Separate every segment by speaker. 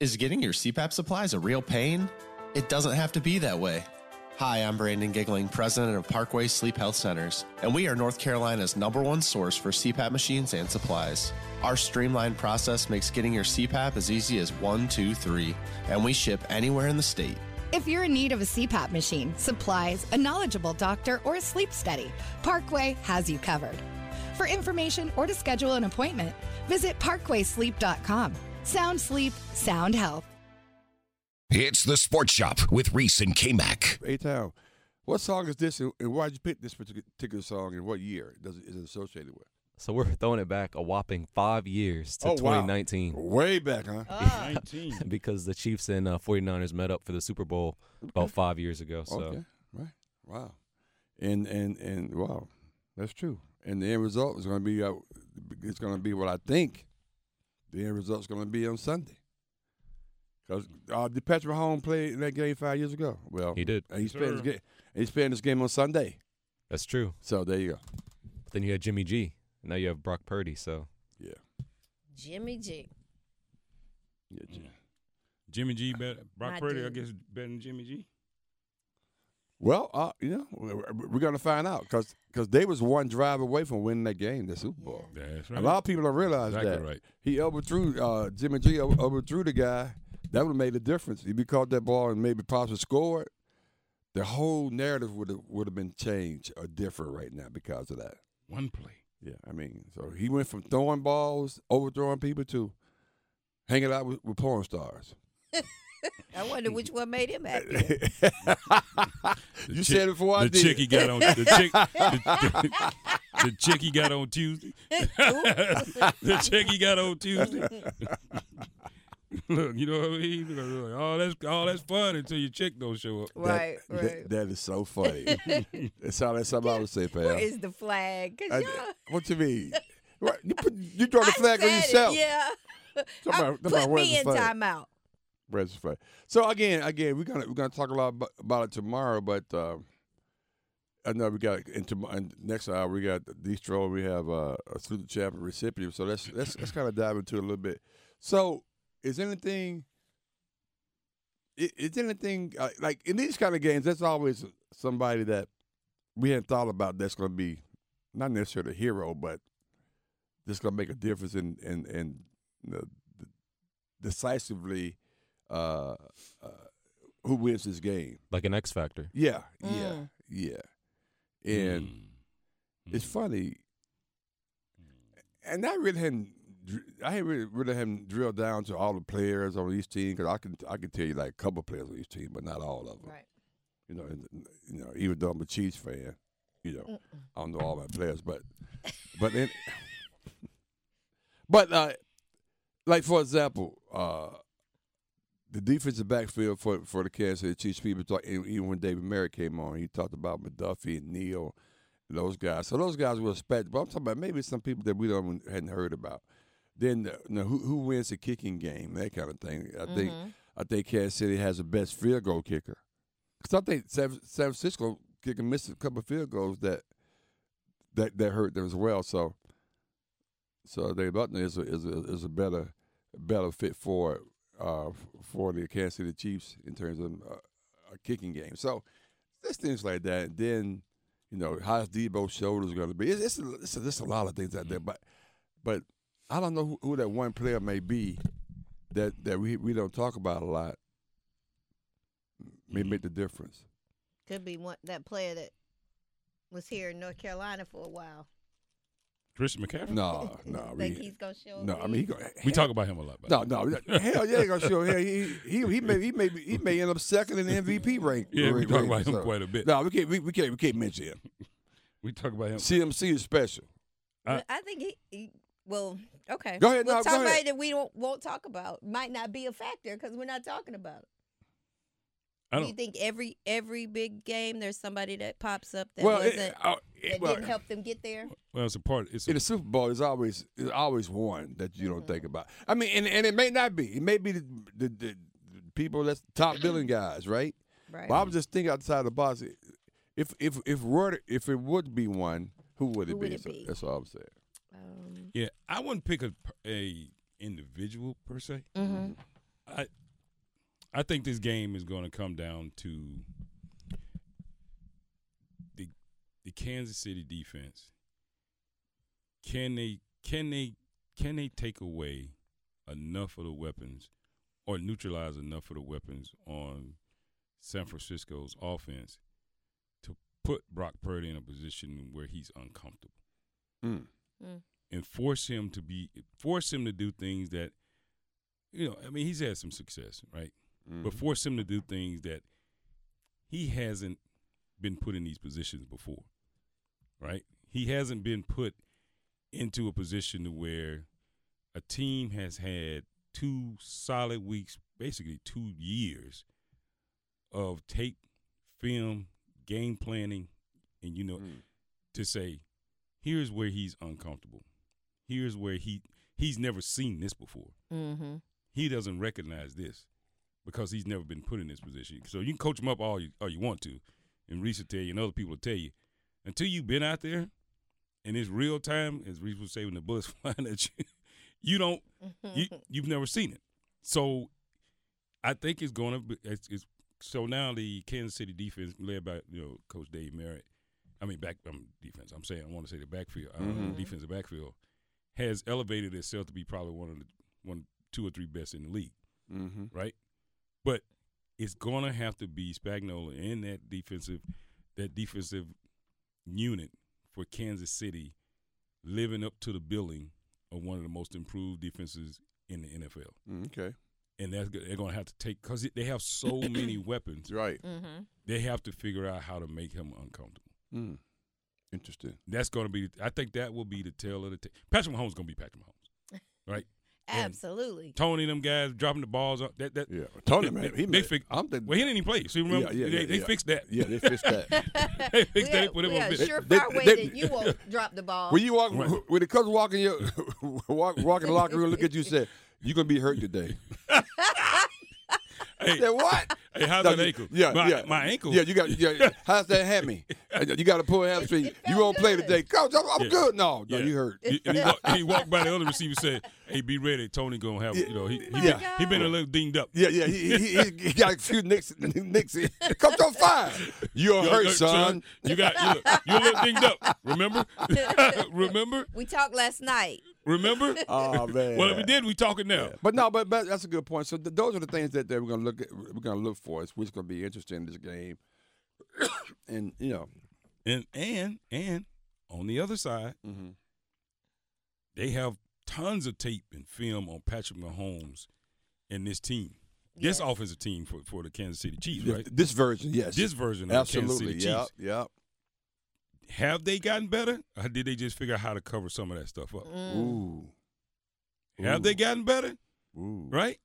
Speaker 1: Is getting your CPAP supplies a real pain? It doesn't have to be that way. Hi, I'm Brandon Giggling, president of Parkway Sleep Health Centers, and we are North Carolina's number one source for CPAP machines and supplies. Our streamlined process makes getting your CPAP as easy as one, two, three, and we ship anywhere in the state.
Speaker 2: If you're in need of a CPAP machine, supplies, a knowledgeable doctor, or a sleep study, Parkway has you covered. For information or to schedule an appointment, visit parkwaysleep.com. Sound sleep, sound health.
Speaker 3: It's the Sports Shop with Reese and K Mac.
Speaker 4: Hey, Town, what song is this, and and why'd you pick this particu- particular song, and what year does it, is it associated with?
Speaker 5: So we're throwing it back a whopping five years to
Speaker 4: Oh, wow.
Speaker 5: 2019
Speaker 4: Way back, huh?
Speaker 5: Oh.
Speaker 6: 19.
Speaker 5: because the Chiefs and uh, 49ers met up for the Super Bowl about five years ago. So
Speaker 4: Okay, right, wow, and and and wow, that's true. And the end result is going to be uh, it's going to be what I think. The end result's going to be on Sunday. Because uh, did Patrick Mahomes play in that game five years ago? Well,
Speaker 5: he did.
Speaker 4: and he's playing this
Speaker 6: Sure.
Speaker 4: game. He's playing this game on Sunday.
Speaker 5: That's true.
Speaker 4: So there you go.
Speaker 5: But then you had Jimmy G. Now you have Brock Purdy. So
Speaker 4: Yeah.
Speaker 7: Jimmy G.
Speaker 4: Yeah. Jim.
Speaker 6: Jimmy G better. Brock
Speaker 7: My
Speaker 6: Purdy, I
Speaker 7: dude.
Speaker 6: guess, better than Jimmy G.
Speaker 4: Well, uh, you know, we're, we're going to find out because they was one drive away from winning that game, the Super Bowl.
Speaker 6: That's
Speaker 4: A lot of people don't realize
Speaker 6: Exactly
Speaker 4: that.
Speaker 6: right.
Speaker 4: He overthrew uh, Jimmy G. o- Overthrew the guy. That would have made a difference. If he caught that ball and maybe possibly scored, the whole narrative would have would have been changed or different right now because of that.
Speaker 6: One play.
Speaker 4: Yeah, I mean, so he went from throwing balls, overthrowing people to hanging out with, with porn stars.
Speaker 7: I wonder which one made him happy.
Speaker 4: you said it before I
Speaker 6: the
Speaker 4: did.
Speaker 6: chick he got on the chick the, the, the chick he got on Tuesday. the chick he got on Tuesday. Look, you know what I mean? Look, look, All that's all that's fun until your chick don't show up.
Speaker 7: right,
Speaker 4: That-
Speaker 7: right.
Speaker 4: that- that is so funny. That's all that's something I would say, pal.
Speaker 7: Where is the flag? 'Cause
Speaker 4: I-
Speaker 7: y'all-
Speaker 4: what you mean? What- You, put, you draw the
Speaker 7: I
Speaker 4: flag on
Speaker 7: said it,
Speaker 4: yourself.
Speaker 7: Yeah.
Speaker 4: Somebody-
Speaker 7: Uh,
Speaker 4: somebody
Speaker 7: put
Speaker 4: wears the
Speaker 7: me in
Speaker 4: flag.
Speaker 7: timeout.
Speaker 4: Rest is fine. So again, again, we're gonna we're gonna talk a lot about, about it tomorrow, but uh, I know we got into and next hour we got Distro, we have uh, a student champion recipient. So let's let's let's kind of dive into it a little bit. So is anything? i- Is anything uh, like in these kind of games? That's always somebody that we hadn't thought about. That's going to be not necessarily a hero, but that's going to make a difference in in in the, the decisively uh, uh, who wins this game.
Speaker 5: like an X Factor.
Speaker 4: Yeah, yeah, yeah. And it's funny, and I really hadn't, dr- I hadn't really, really hadn't drilled down to all the players on each team because I can I can tell you like a couple of players on each team, but not all of them.
Speaker 7: Right.
Speaker 4: You know, and, you know, even though I'm a Chiefs fan, you know, I don't know all my players, but but then, but uh, like for example, uh, the defensive backfield for for the Kansas City Chiefs people talk, and even when David Merritt came on, he talked about McDuffie and Neal, those guys. So those guys were respected. But I'm talking about maybe some people that we don't hadn't heard about. Then uh, now who who wins the kicking game, that kind of thing. I think I think Kansas City has the best field goal kicker. Because I think San, San Francisco kicking missed a couple of field goals that that that hurt them as well. So so Dave Button is a, is a, is a better better fit for uh, for the Kansas City Chiefs in terms of uh, a kicking game. So there's things like that. And then you know how's Debo's shoulders going to be? It's it's a, it's, a, it's a lot of things out there, but but I don't know who, who that one player may be that that we we don't talk about a lot. May make the difference.
Speaker 7: Could be one that player that was here in North Carolina for a while.
Speaker 6: Christian McCaffrey.
Speaker 4: No, no,
Speaker 7: Think
Speaker 4: we,
Speaker 7: he's gonna show
Speaker 4: no.
Speaker 7: up
Speaker 4: I mean, he
Speaker 7: big?
Speaker 4: go,
Speaker 6: We talk about him a lot. by the
Speaker 4: No,
Speaker 6: way.
Speaker 4: no, hell yeah, they gonna show hell. He he he may he may be, he may end up second in the MVP rank.
Speaker 6: Yeah, we
Speaker 4: rank-
Speaker 6: talk about
Speaker 4: ranking,
Speaker 6: him
Speaker 4: so.
Speaker 6: quite a bit.
Speaker 4: No, we can't we, we can't we can't mention him.
Speaker 6: We talk about him.
Speaker 4: CMC is special.
Speaker 7: Well, I think he, he. Well, okay.
Speaker 4: Go ahead,
Speaker 7: We'll
Speaker 4: no,
Speaker 7: talk
Speaker 4: go
Speaker 7: about
Speaker 4: ahead.
Speaker 7: it that we don't won't talk about. Might not be a factor because we're not talking about it.
Speaker 6: I
Speaker 7: Do you
Speaker 6: don't.
Speaker 7: think every every big game there's somebody that pops up that
Speaker 4: well, it-
Speaker 7: wasn't
Speaker 4: uh, it-
Speaker 7: that
Speaker 4: well,
Speaker 7: didn't help them get there?
Speaker 6: Well, it's a part. It's
Speaker 4: in
Speaker 6: a,
Speaker 4: the Super Bowl, it's always it's always one that you don't think about. I mean, and, and it may not be. It may be the the, the people that's top billing guys, right?
Speaker 7: Right.
Speaker 4: But I was just thinking outside the box. If if if were if it would be one, who would it
Speaker 7: Who
Speaker 4: be?
Speaker 7: would it
Speaker 4: So
Speaker 7: be?
Speaker 4: That's all I'm saying.
Speaker 7: Um,
Speaker 6: yeah, I wouldn't pick a, per- a individual per se. I I think this game is going to come down to the the Kansas City defense. Can they can they can they take away enough of the weapons or neutralize enough of the weapons on San Francisco's offense to put Brock Purdy in a position where he's uncomfortable
Speaker 4: Mm.
Speaker 6: and force him to be force him to do things that you know, I mean, he's had some success, right? But force him to do things that he hasn't been put in these positions before, right? He hasn't been put into a position to where a team has had two solid weeks, basically two years of tape, film, game planning, and you know, to say, here's where he's uncomfortable. Here's where he he's never seen this before
Speaker 7: Mm-hmm.
Speaker 6: he doesn't recognize this because he's never been put in this position. So you can coach him up all you all you want to, and Reese will tell you, and other people will tell you, until you've been out there and it's real time, as Reese was saying, when the bullets flying at you, you don't, you you've never seen it. So I think it's going to be. It's, it's, so now the Kansas City defense, led by you know Coach Dave Merritt, I mean back um, defense. I'm saying I want to say the backfield, uh, defensive backfield, has elevated itself to be probably one of the one two or three best in the league,
Speaker 4: Mm-hmm.
Speaker 6: right? But it's going to have to be Spagnuolo and that defensive that defensive unit for Kansas City living up to the billing of one of the most improved defenses in the NFL
Speaker 4: Mm-hmm. Okay.
Speaker 6: and that's good. they're going to have to take because they have so many weapons.
Speaker 4: Right.
Speaker 7: Mm-hmm.
Speaker 6: They have to figure out how to make him uncomfortable.
Speaker 4: Mm. Interesting.
Speaker 6: That's going to be. I think that will be the tale of the tape. Patrick Mahomes is going to be Patrick Mahomes, right? And
Speaker 7: Absolutely.
Speaker 6: Tony, and them guys dropping the balls. Up, that that
Speaker 4: Yeah. Tony,
Speaker 6: they-
Speaker 4: man.
Speaker 6: they-
Speaker 4: He
Speaker 6: they
Speaker 4: Oh, made,
Speaker 6: fig-
Speaker 4: I'm the,
Speaker 6: Well, he didn't even play. So you remember,
Speaker 4: Yeah, yeah,
Speaker 6: they,
Speaker 4: yeah,
Speaker 6: they
Speaker 4: yeah.
Speaker 6: fixed that.
Speaker 4: yeah, they fixed that.
Speaker 6: they
Speaker 7: we
Speaker 6: fixed that. They
Speaker 7: are,
Speaker 6: put him
Speaker 7: we
Speaker 6: on
Speaker 7: are
Speaker 6: bench.
Speaker 7: surefire
Speaker 4: they-
Speaker 7: way
Speaker 4: they-
Speaker 7: that you won't drop the ball.
Speaker 4: when you walk,
Speaker 6: Right.
Speaker 4: when the coach walk in your walk, walk in the locker room, look at you, say, "You're gonna be hurt today."
Speaker 6: Hey,
Speaker 4: Say what?
Speaker 6: hey, how's
Speaker 4: No,
Speaker 6: that
Speaker 4: you-
Speaker 6: ankle?
Speaker 4: Yeah,
Speaker 6: my,
Speaker 4: yeah.
Speaker 6: my ankle.
Speaker 4: Yeah, you got. Yeah, how's that hammy? You got to pull a hamstring.
Speaker 7: It
Speaker 4: you
Speaker 7: felt
Speaker 4: won't play
Speaker 7: good.
Speaker 4: today, coach. I'm, I'm
Speaker 6: Yeah.
Speaker 4: good. No, no,
Speaker 6: Yeah.
Speaker 4: you hurt.
Speaker 6: He- and he, walked, he walked by the other receiver, said, "Hey, be ready. Tony gonna have you know he he,
Speaker 4: Yeah.
Speaker 6: been, he been a little dinged up.
Speaker 4: Yeah, yeah, he, he, he- he got a few nicks. nicks in. Coach, I'm fine. You're
Speaker 6: Yo,
Speaker 4: hurt,
Speaker 6: yo,
Speaker 4: son.
Speaker 6: You got you, look, you a little dinged up. Remember, remember,
Speaker 7: we talked last night.
Speaker 6: remember.
Speaker 4: Oh man.
Speaker 6: Well, if we did, we talking now.
Speaker 4: But no, but, but that's a good point. So th- those are the things that, that we're gonna look at, we're gonna look for. It's which gonna be interesting in this game, and you know,
Speaker 6: And and and on the other side,
Speaker 4: Mhm.
Speaker 6: they have tons of tape and film on Patrick Mahomes and this team, this
Speaker 7: Yes.
Speaker 6: offensive team for, for the Kansas City Chiefs,
Speaker 4: th-
Speaker 6: right?
Speaker 4: this version, yes,
Speaker 6: This version of the
Speaker 4: absolutely,
Speaker 6: Kansas City
Speaker 4: yeah,
Speaker 6: Chiefs.
Speaker 4: yeah.
Speaker 6: Have they gotten better, or did they just figure out how to cover some of that stuff up?
Speaker 7: Mm.
Speaker 4: Ooh,
Speaker 6: Have they
Speaker 4: Mm. Ooh.
Speaker 6: gotten better,
Speaker 4: ooh,
Speaker 6: right?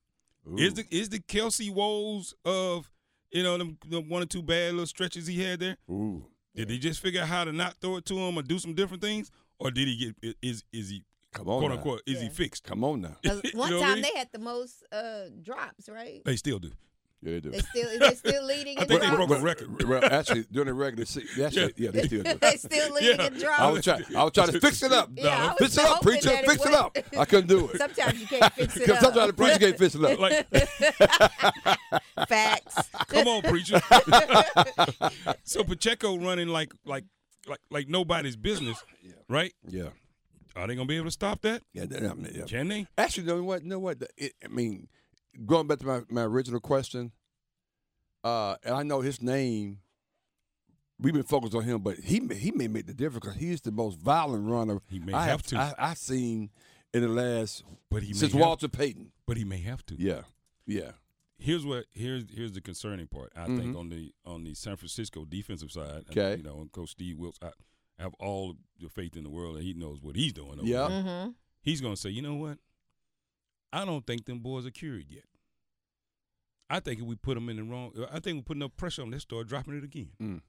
Speaker 4: ooh.
Speaker 6: Is the is the Kelsey Woes of you know them, them one or two bad little stretches he had there?
Speaker 4: ooh.
Speaker 6: Did they just figure out how to not throw it to him or do some different things, or did he get is is he
Speaker 4: Come on,
Speaker 6: quote
Speaker 4: now.
Speaker 6: unquote is he
Speaker 7: Yeah.
Speaker 6: fixed?
Speaker 4: Come on now.
Speaker 7: 'Cause
Speaker 6: You
Speaker 7: Uh, One
Speaker 6: know what I
Speaker 7: time
Speaker 6: mean?
Speaker 7: they had the most uh, drops, right?
Speaker 6: They still do.
Speaker 4: Yeah, they do.
Speaker 7: They still they still leading
Speaker 6: I
Speaker 7: in
Speaker 6: think they
Speaker 7: drops.
Speaker 6: broke a record.
Speaker 4: well, actually, during the regular season, actually, yeah, they still do.
Speaker 7: they still leading
Speaker 6: Yeah.
Speaker 7: in
Speaker 4: I was
Speaker 7: drops.
Speaker 4: trying, I was trying to fix it up.
Speaker 7: Yeah, I was
Speaker 4: fix it up,
Speaker 7: hoping
Speaker 4: preacher.
Speaker 7: that it
Speaker 4: Fix it
Speaker 7: would.
Speaker 4: up. I couldn't do it.
Speaker 7: Sometimes you can't fix it
Speaker 4: Because
Speaker 7: up.
Speaker 4: sometimes the preacher can't fix it up.
Speaker 6: Like,
Speaker 7: Facts.
Speaker 6: come on, preacher. so Pacheco running like like like like nobody's business, right?
Speaker 4: yeah.
Speaker 6: Are they gonna be able to stop that?
Speaker 4: Yeah, that, I mean, yeah.
Speaker 6: Can they?
Speaker 4: Actually, you know what? You know what? The- It, I mean, going back to my, my original question, uh, and I know his name. We've been focused on him, but he may, he may make the difference because he's the most violent runner
Speaker 6: He may
Speaker 4: I
Speaker 6: have to.
Speaker 4: I, I've seen in the last
Speaker 6: But he
Speaker 4: since
Speaker 6: may
Speaker 4: Walter Payton.
Speaker 6: Have, but he may have to.
Speaker 4: Yeah, yeah.
Speaker 6: Here's what here's here's the concerning part. I
Speaker 4: Mhm.
Speaker 6: think on the on the San Francisco defensive side, I-
Speaker 4: Okay.
Speaker 6: you know, and Coach Steve Wilkes, I I have all the faith in the world that he knows what he's doing. over
Speaker 4: Yeah.
Speaker 6: there.
Speaker 7: Mm-hmm.
Speaker 6: he's gonna say, you know what? I don't think them boys are cured yet. I think if we put them in the wrong, I think we put enough pressure on them, they start dropping it again.
Speaker 4: Mm.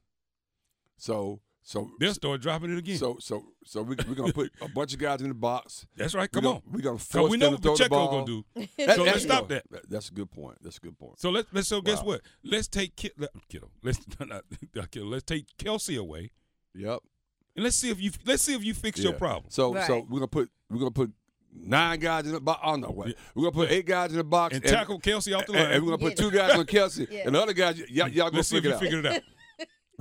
Speaker 4: So so
Speaker 6: They'll start dropping it again.
Speaker 4: so so so we, we're gonna put a bunch of guys in the box.
Speaker 6: That's right. Come
Speaker 4: we gonna,
Speaker 6: on.
Speaker 4: We're gonna
Speaker 6: Cause
Speaker 4: force
Speaker 6: we know
Speaker 4: them to
Speaker 6: what
Speaker 4: throw the
Speaker 6: Pacheco
Speaker 4: ball.
Speaker 6: gonna do.
Speaker 4: That-
Speaker 6: So
Speaker 4: that's-
Speaker 6: let's stop that.
Speaker 4: That's a good point. That's a good point.
Speaker 6: So let's let's so guess
Speaker 4: Wow.
Speaker 6: what? Let's take Ki- le- kiddo. Let's not, not kiddo. Let's take Kelsey away
Speaker 4: Yep.
Speaker 6: and let's see if you let's see if you fix your
Speaker 4: Yeah.
Speaker 6: problem.
Speaker 4: So so
Speaker 7: Right.
Speaker 4: we're gonna put we're gonna put nine guys in the box. I don't know what. We're gonna put eight guys in the box
Speaker 6: and tackle Kelsey off the
Speaker 4: and,
Speaker 6: line.
Speaker 4: and we're gonna put
Speaker 7: Yeah.
Speaker 4: two guys on Kelsey
Speaker 7: Yeah.
Speaker 4: and the other guys. y'all y'all gonna
Speaker 6: Let's see if
Speaker 4: figure it
Speaker 6: you
Speaker 4: out.
Speaker 6: figured it out.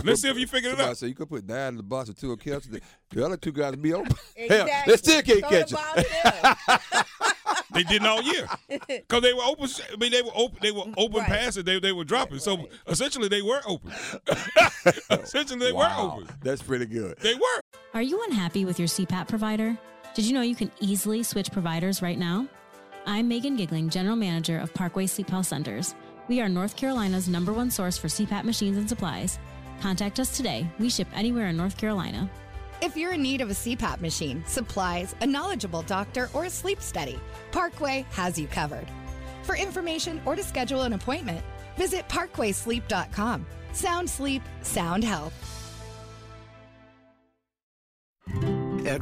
Speaker 6: Let's see if you figured it
Speaker 4: Somebody
Speaker 6: out.
Speaker 4: said you could put nine in the box and two on Kelsey. The other two guys be open. Hell,
Speaker 7: Exactly.
Speaker 4: they still can't
Speaker 7: Throw
Speaker 4: catch
Speaker 7: the
Speaker 4: it.
Speaker 7: ball to them.
Speaker 6: They didn't all year because they were open. I mean, they were open. They were open
Speaker 7: Right.
Speaker 6: passes. They they were dropping. So
Speaker 7: Right.
Speaker 6: essentially, they were open. essentially, they
Speaker 4: Wow,
Speaker 6: were open.
Speaker 4: that's pretty good.
Speaker 6: They were.
Speaker 8: Are you unhappy with your CPAP provider? Did you know you can easily switch providers right now? I'm Megan Gigling, General Manager of Parkway Sleep Health Centers. We are North Carolina's number one source for CPAP machines and supplies. Contact us today. We ship anywhere in North Carolina.
Speaker 2: If you're in need of a CPAP machine, supplies, a knowledgeable doctor, or a sleep study, Parkway has you covered. For information or to schedule an appointment, visit parkwaysleep.com. Sound sleep, sound health.
Speaker 9: At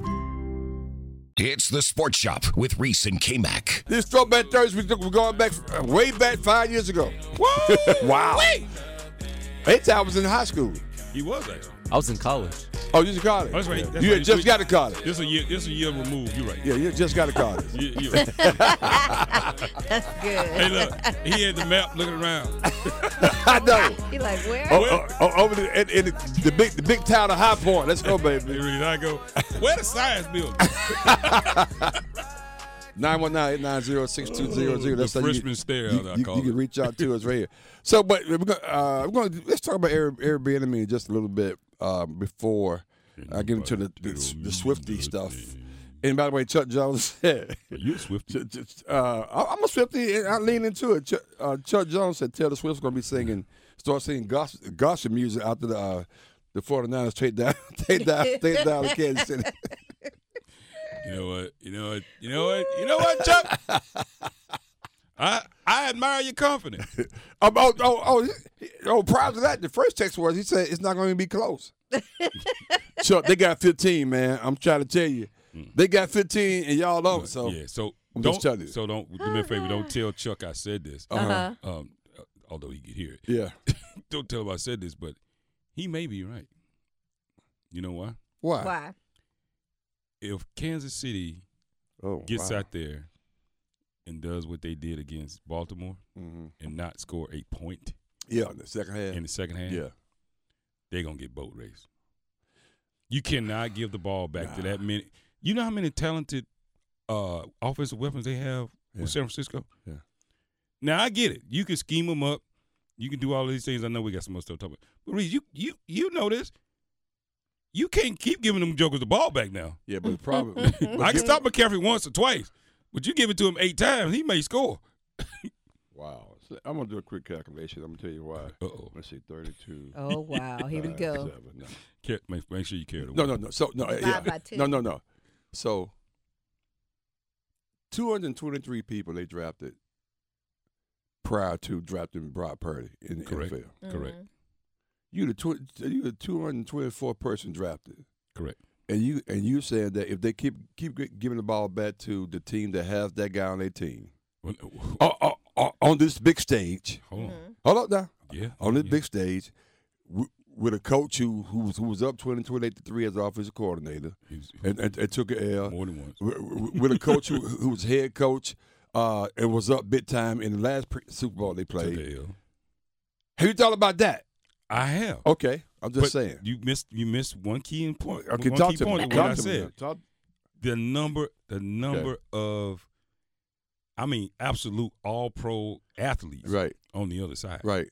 Speaker 3: It's the Sports Shop with Reese and K Mac.
Speaker 4: This Throwback Thursday, we're going back uh, way back five years ago.
Speaker 6: Woo!
Speaker 4: Wow.
Speaker 6: Wait.
Speaker 4: Eight I was in high school.
Speaker 6: He was actually.
Speaker 5: I was in college.
Speaker 4: Oh, you was in college.
Speaker 6: Oh, that's right. That's
Speaker 4: you
Speaker 6: right.
Speaker 4: had just got to college.
Speaker 6: This a year. This a year removed. You're right.
Speaker 4: Yeah, you just got to college.
Speaker 6: You- you're right.
Speaker 7: That's good.
Speaker 6: hey, look. He had the map looking around.
Speaker 4: I know.
Speaker 7: He like where?
Speaker 4: Oh, oh, oh, over the, in, in the, the big the big town of High Point. Let's go,
Speaker 6: He
Speaker 4: baby.
Speaker 6: really. I go. Where the science building?
Speaker 4: 919-890-6200. That's
Speaker 6: The
Speaker 4: how you-
Speaker 6: freshman stare,
Speaker 4: You,
Speaker 6: as I
Speaker 4: you-
Speaker 6: call
Speaker 4: you
Speaker 6: it.
Speaker 4: can reach out to us right here. So, but we're gonna, uh, we're gonna let's talk about Air, Airbnb just a little bit uh, before I get into the the, the Swifty stuff. And by the way, Chuck Jones said.
Speaker 6: You a Swiftie?
Speaker 4: Ch- ch- uh, I- I'm a Swifty, and I lean into it. Ch- uh, Chuck Jones said Taylor Swift's going to be singing, start singing gos- gospel music after the uh, the 49ers take down, take down, take down Kansas City.
Speaker 6: You know what? You know what? You know what? You know what, Chuck? I I admire your confidence.
Speaker 4: Um, oh, oh, oh, he- oh, prior to that, the first text was he said it's not going to be close. Chuck, they got 15, man. I'm trying to tell you,
Speaker 6: Mm.
Speaker 4: they got 15, and y'all over. So
Speaker 6: yeah, so
Speaker 4: I'm
Speaker 6: don't
Speaker 4: just telling you.
Speaker 6: so don't do me a favor. Don't tell Chuck I said this.
Speaker 7: Uh-huh.
Speaker 6: Um, uh, although he could hear it,
Speaker 4: yeah,
Speaker 6: don't tell him I said this, but he may be right. You know why?
Speaker 4: why?
Speaker 7: Why?
Speaker 6: If Kansas City
Speaker 4: Oh,
Speaker 6: gets out there and does what they did against Baltimore
Speaker 4: hmm
Speaker 6: and not score a point
Speaker 4: Yeah, in the second half.
Speaker 6: in the second half,
Speaker 4: yeah,
Speaker 6: they're gonna get boat raced. You cannot give the ball back to that many. You know how many talented uh, offensive weapons they have
Speaker 4: Yeah.
Speaker 6: with San Francisco.
Speaker 4: Yeah.
Speaker 6: Now I get it. You can scheme them up. You can do all these things. I know we got some other stuff to talk about, but Reese, you you you know this. You can't keep giving them jokers the ball back now.
Speaker 4: yeah, but the problem.
Speaker 6: I can stop McCaffrey once or twice, but you give it to him eight times, he may score.
Speaker 4: Wow. So I'm gonna do a quick calculation. I'm gonna tell you why.
Speaker 6: Uh-oh.
Speaker 4: Let's see, 32.
Speaker 7: Oh wow, here we
Speaker 4: times
Speaker 7: go.
Speaker 4: seven. No.
Speaker 6: Care- Make, make sure you carry the
Speaker 4: No,
Speaker 6: one.
Speaker 4: no, no. So no,
Speaker 7: Divide
Speaker 4: yeah.
Speaker 7: by two.
Speaker 4: no, no, no. So 223 people they drafted prior to drafting Brock Purdy in the
Speaker 6: Correct.
Speaker 4: NFL.
Speaker 6: Correct.
Speaker 7: Mhm.
Speaker 4: You the tw- you the 224 person drafted,
Speaker 6: Correct.
Speaker 4: and you and you saying that if they keep keep gi- giving the ball back to the team that has that guy on their team
Speaker 6: Well, oh,
Speaker 4: oh, oh, oh, on this big stage.
Speaker 6: Hold on.
Speaker 4: Hold up now.
Speaker 6: Yeah.
Speaker 4: on this
Speaker 6: yeah.
Speaker 4: big stage w- with a coach who who was, who was up 20, 28 to 3 as offensive coordinator
Speaker 6: He was-
Speaker 4: and, and, and took an L.
Speaker 6: More than once.
Speaker 4: W- w- With a coach who, who was head coach uh, and was up big time in the last pre- Super Bowl they
Speaker 6: Took
Speaker 4: played.
Speaker 6: the L.
Speaker 4: Have you thought about that?
Speaker 6: I have.
Speaker 4: Okay, I'm just
Speaker 6: But
Speaker 4: saying.
Speaker 6: You missed you missed one key in point.
Speaker 4: Okay,
Speaker 6: one
Speaker 4: talk
Speaker 6: key
Speaker 4: to me.
Speaker 6: point of
Speaker 4: Talk
Speaker 6: what I
Speaker 4: to me.
Speaker 6: said.
Speaker 4: Talk-
Speaker 6: The number the number of I mean absolute all pro athletes
Speaker 4: Right,
Speaker 6: on the other side.
Speaker 4: right,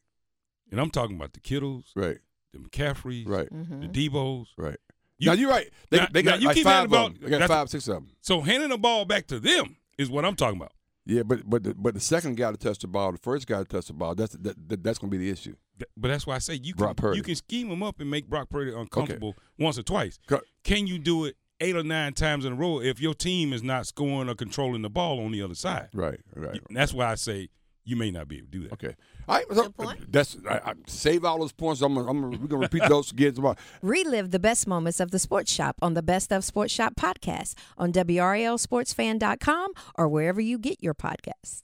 Speaker 6: And I'm talking about the Kittles,
Speaker 4: right,
Speaker 6: the McCaffreys,
Speaker 4: right,
Speaker 6: the Debos.
Speaker 4: right.
Speaker 6: You-
Speaker 4: now you're right. They,
Speaker 6: Now-
Speaker 4: they
Speaker 6: now
Speaker 4: got
Speaker 6: you
Speaker 4: like
Speaker 6: keep
Speaker 4: five
Speaker 6: hearing
Speaker 4: of
Speaker 6: about-
Speaker 4: them. They got
Speaker 6: that's-
Speaker 4: five, six of them.
Speaker 6: So handing the ball back to them is what I'm talking about.
Speaker 4: Yeah, but but the, but the second guy to touch the ball, the first guy to touch the ball, that's that, that, that's going to be the issue.
Speaker 6: Th- But that's why I say you
Speaker 4: Brock
Speaker 6: can
Speaker 4: Purdy.
Speaker 6: you can scheme them up and make Brock Purdy uncomfortable once or twice.
Speaker 4: Co-
Speaker 6: Can you do it eight or nine times in a row if your team is not scoring or controlling the ball on the other side.
Speaker 4: Right, right.
Speaker 6: You- That's why I say you may not be able to do that.
Speaker 4: Okay. All right. So,
Speaker 10: Good point.
Speaker 4: that's I, I save all those points. I'm, gonna- I'm gonna- we're gonna repeat those again tomorrow.
Speaker 2: Relive the best moments of the Sports Shop on the Best of Sports Shop podcast on WRLSportsFan.com or wherever you get your podcasts.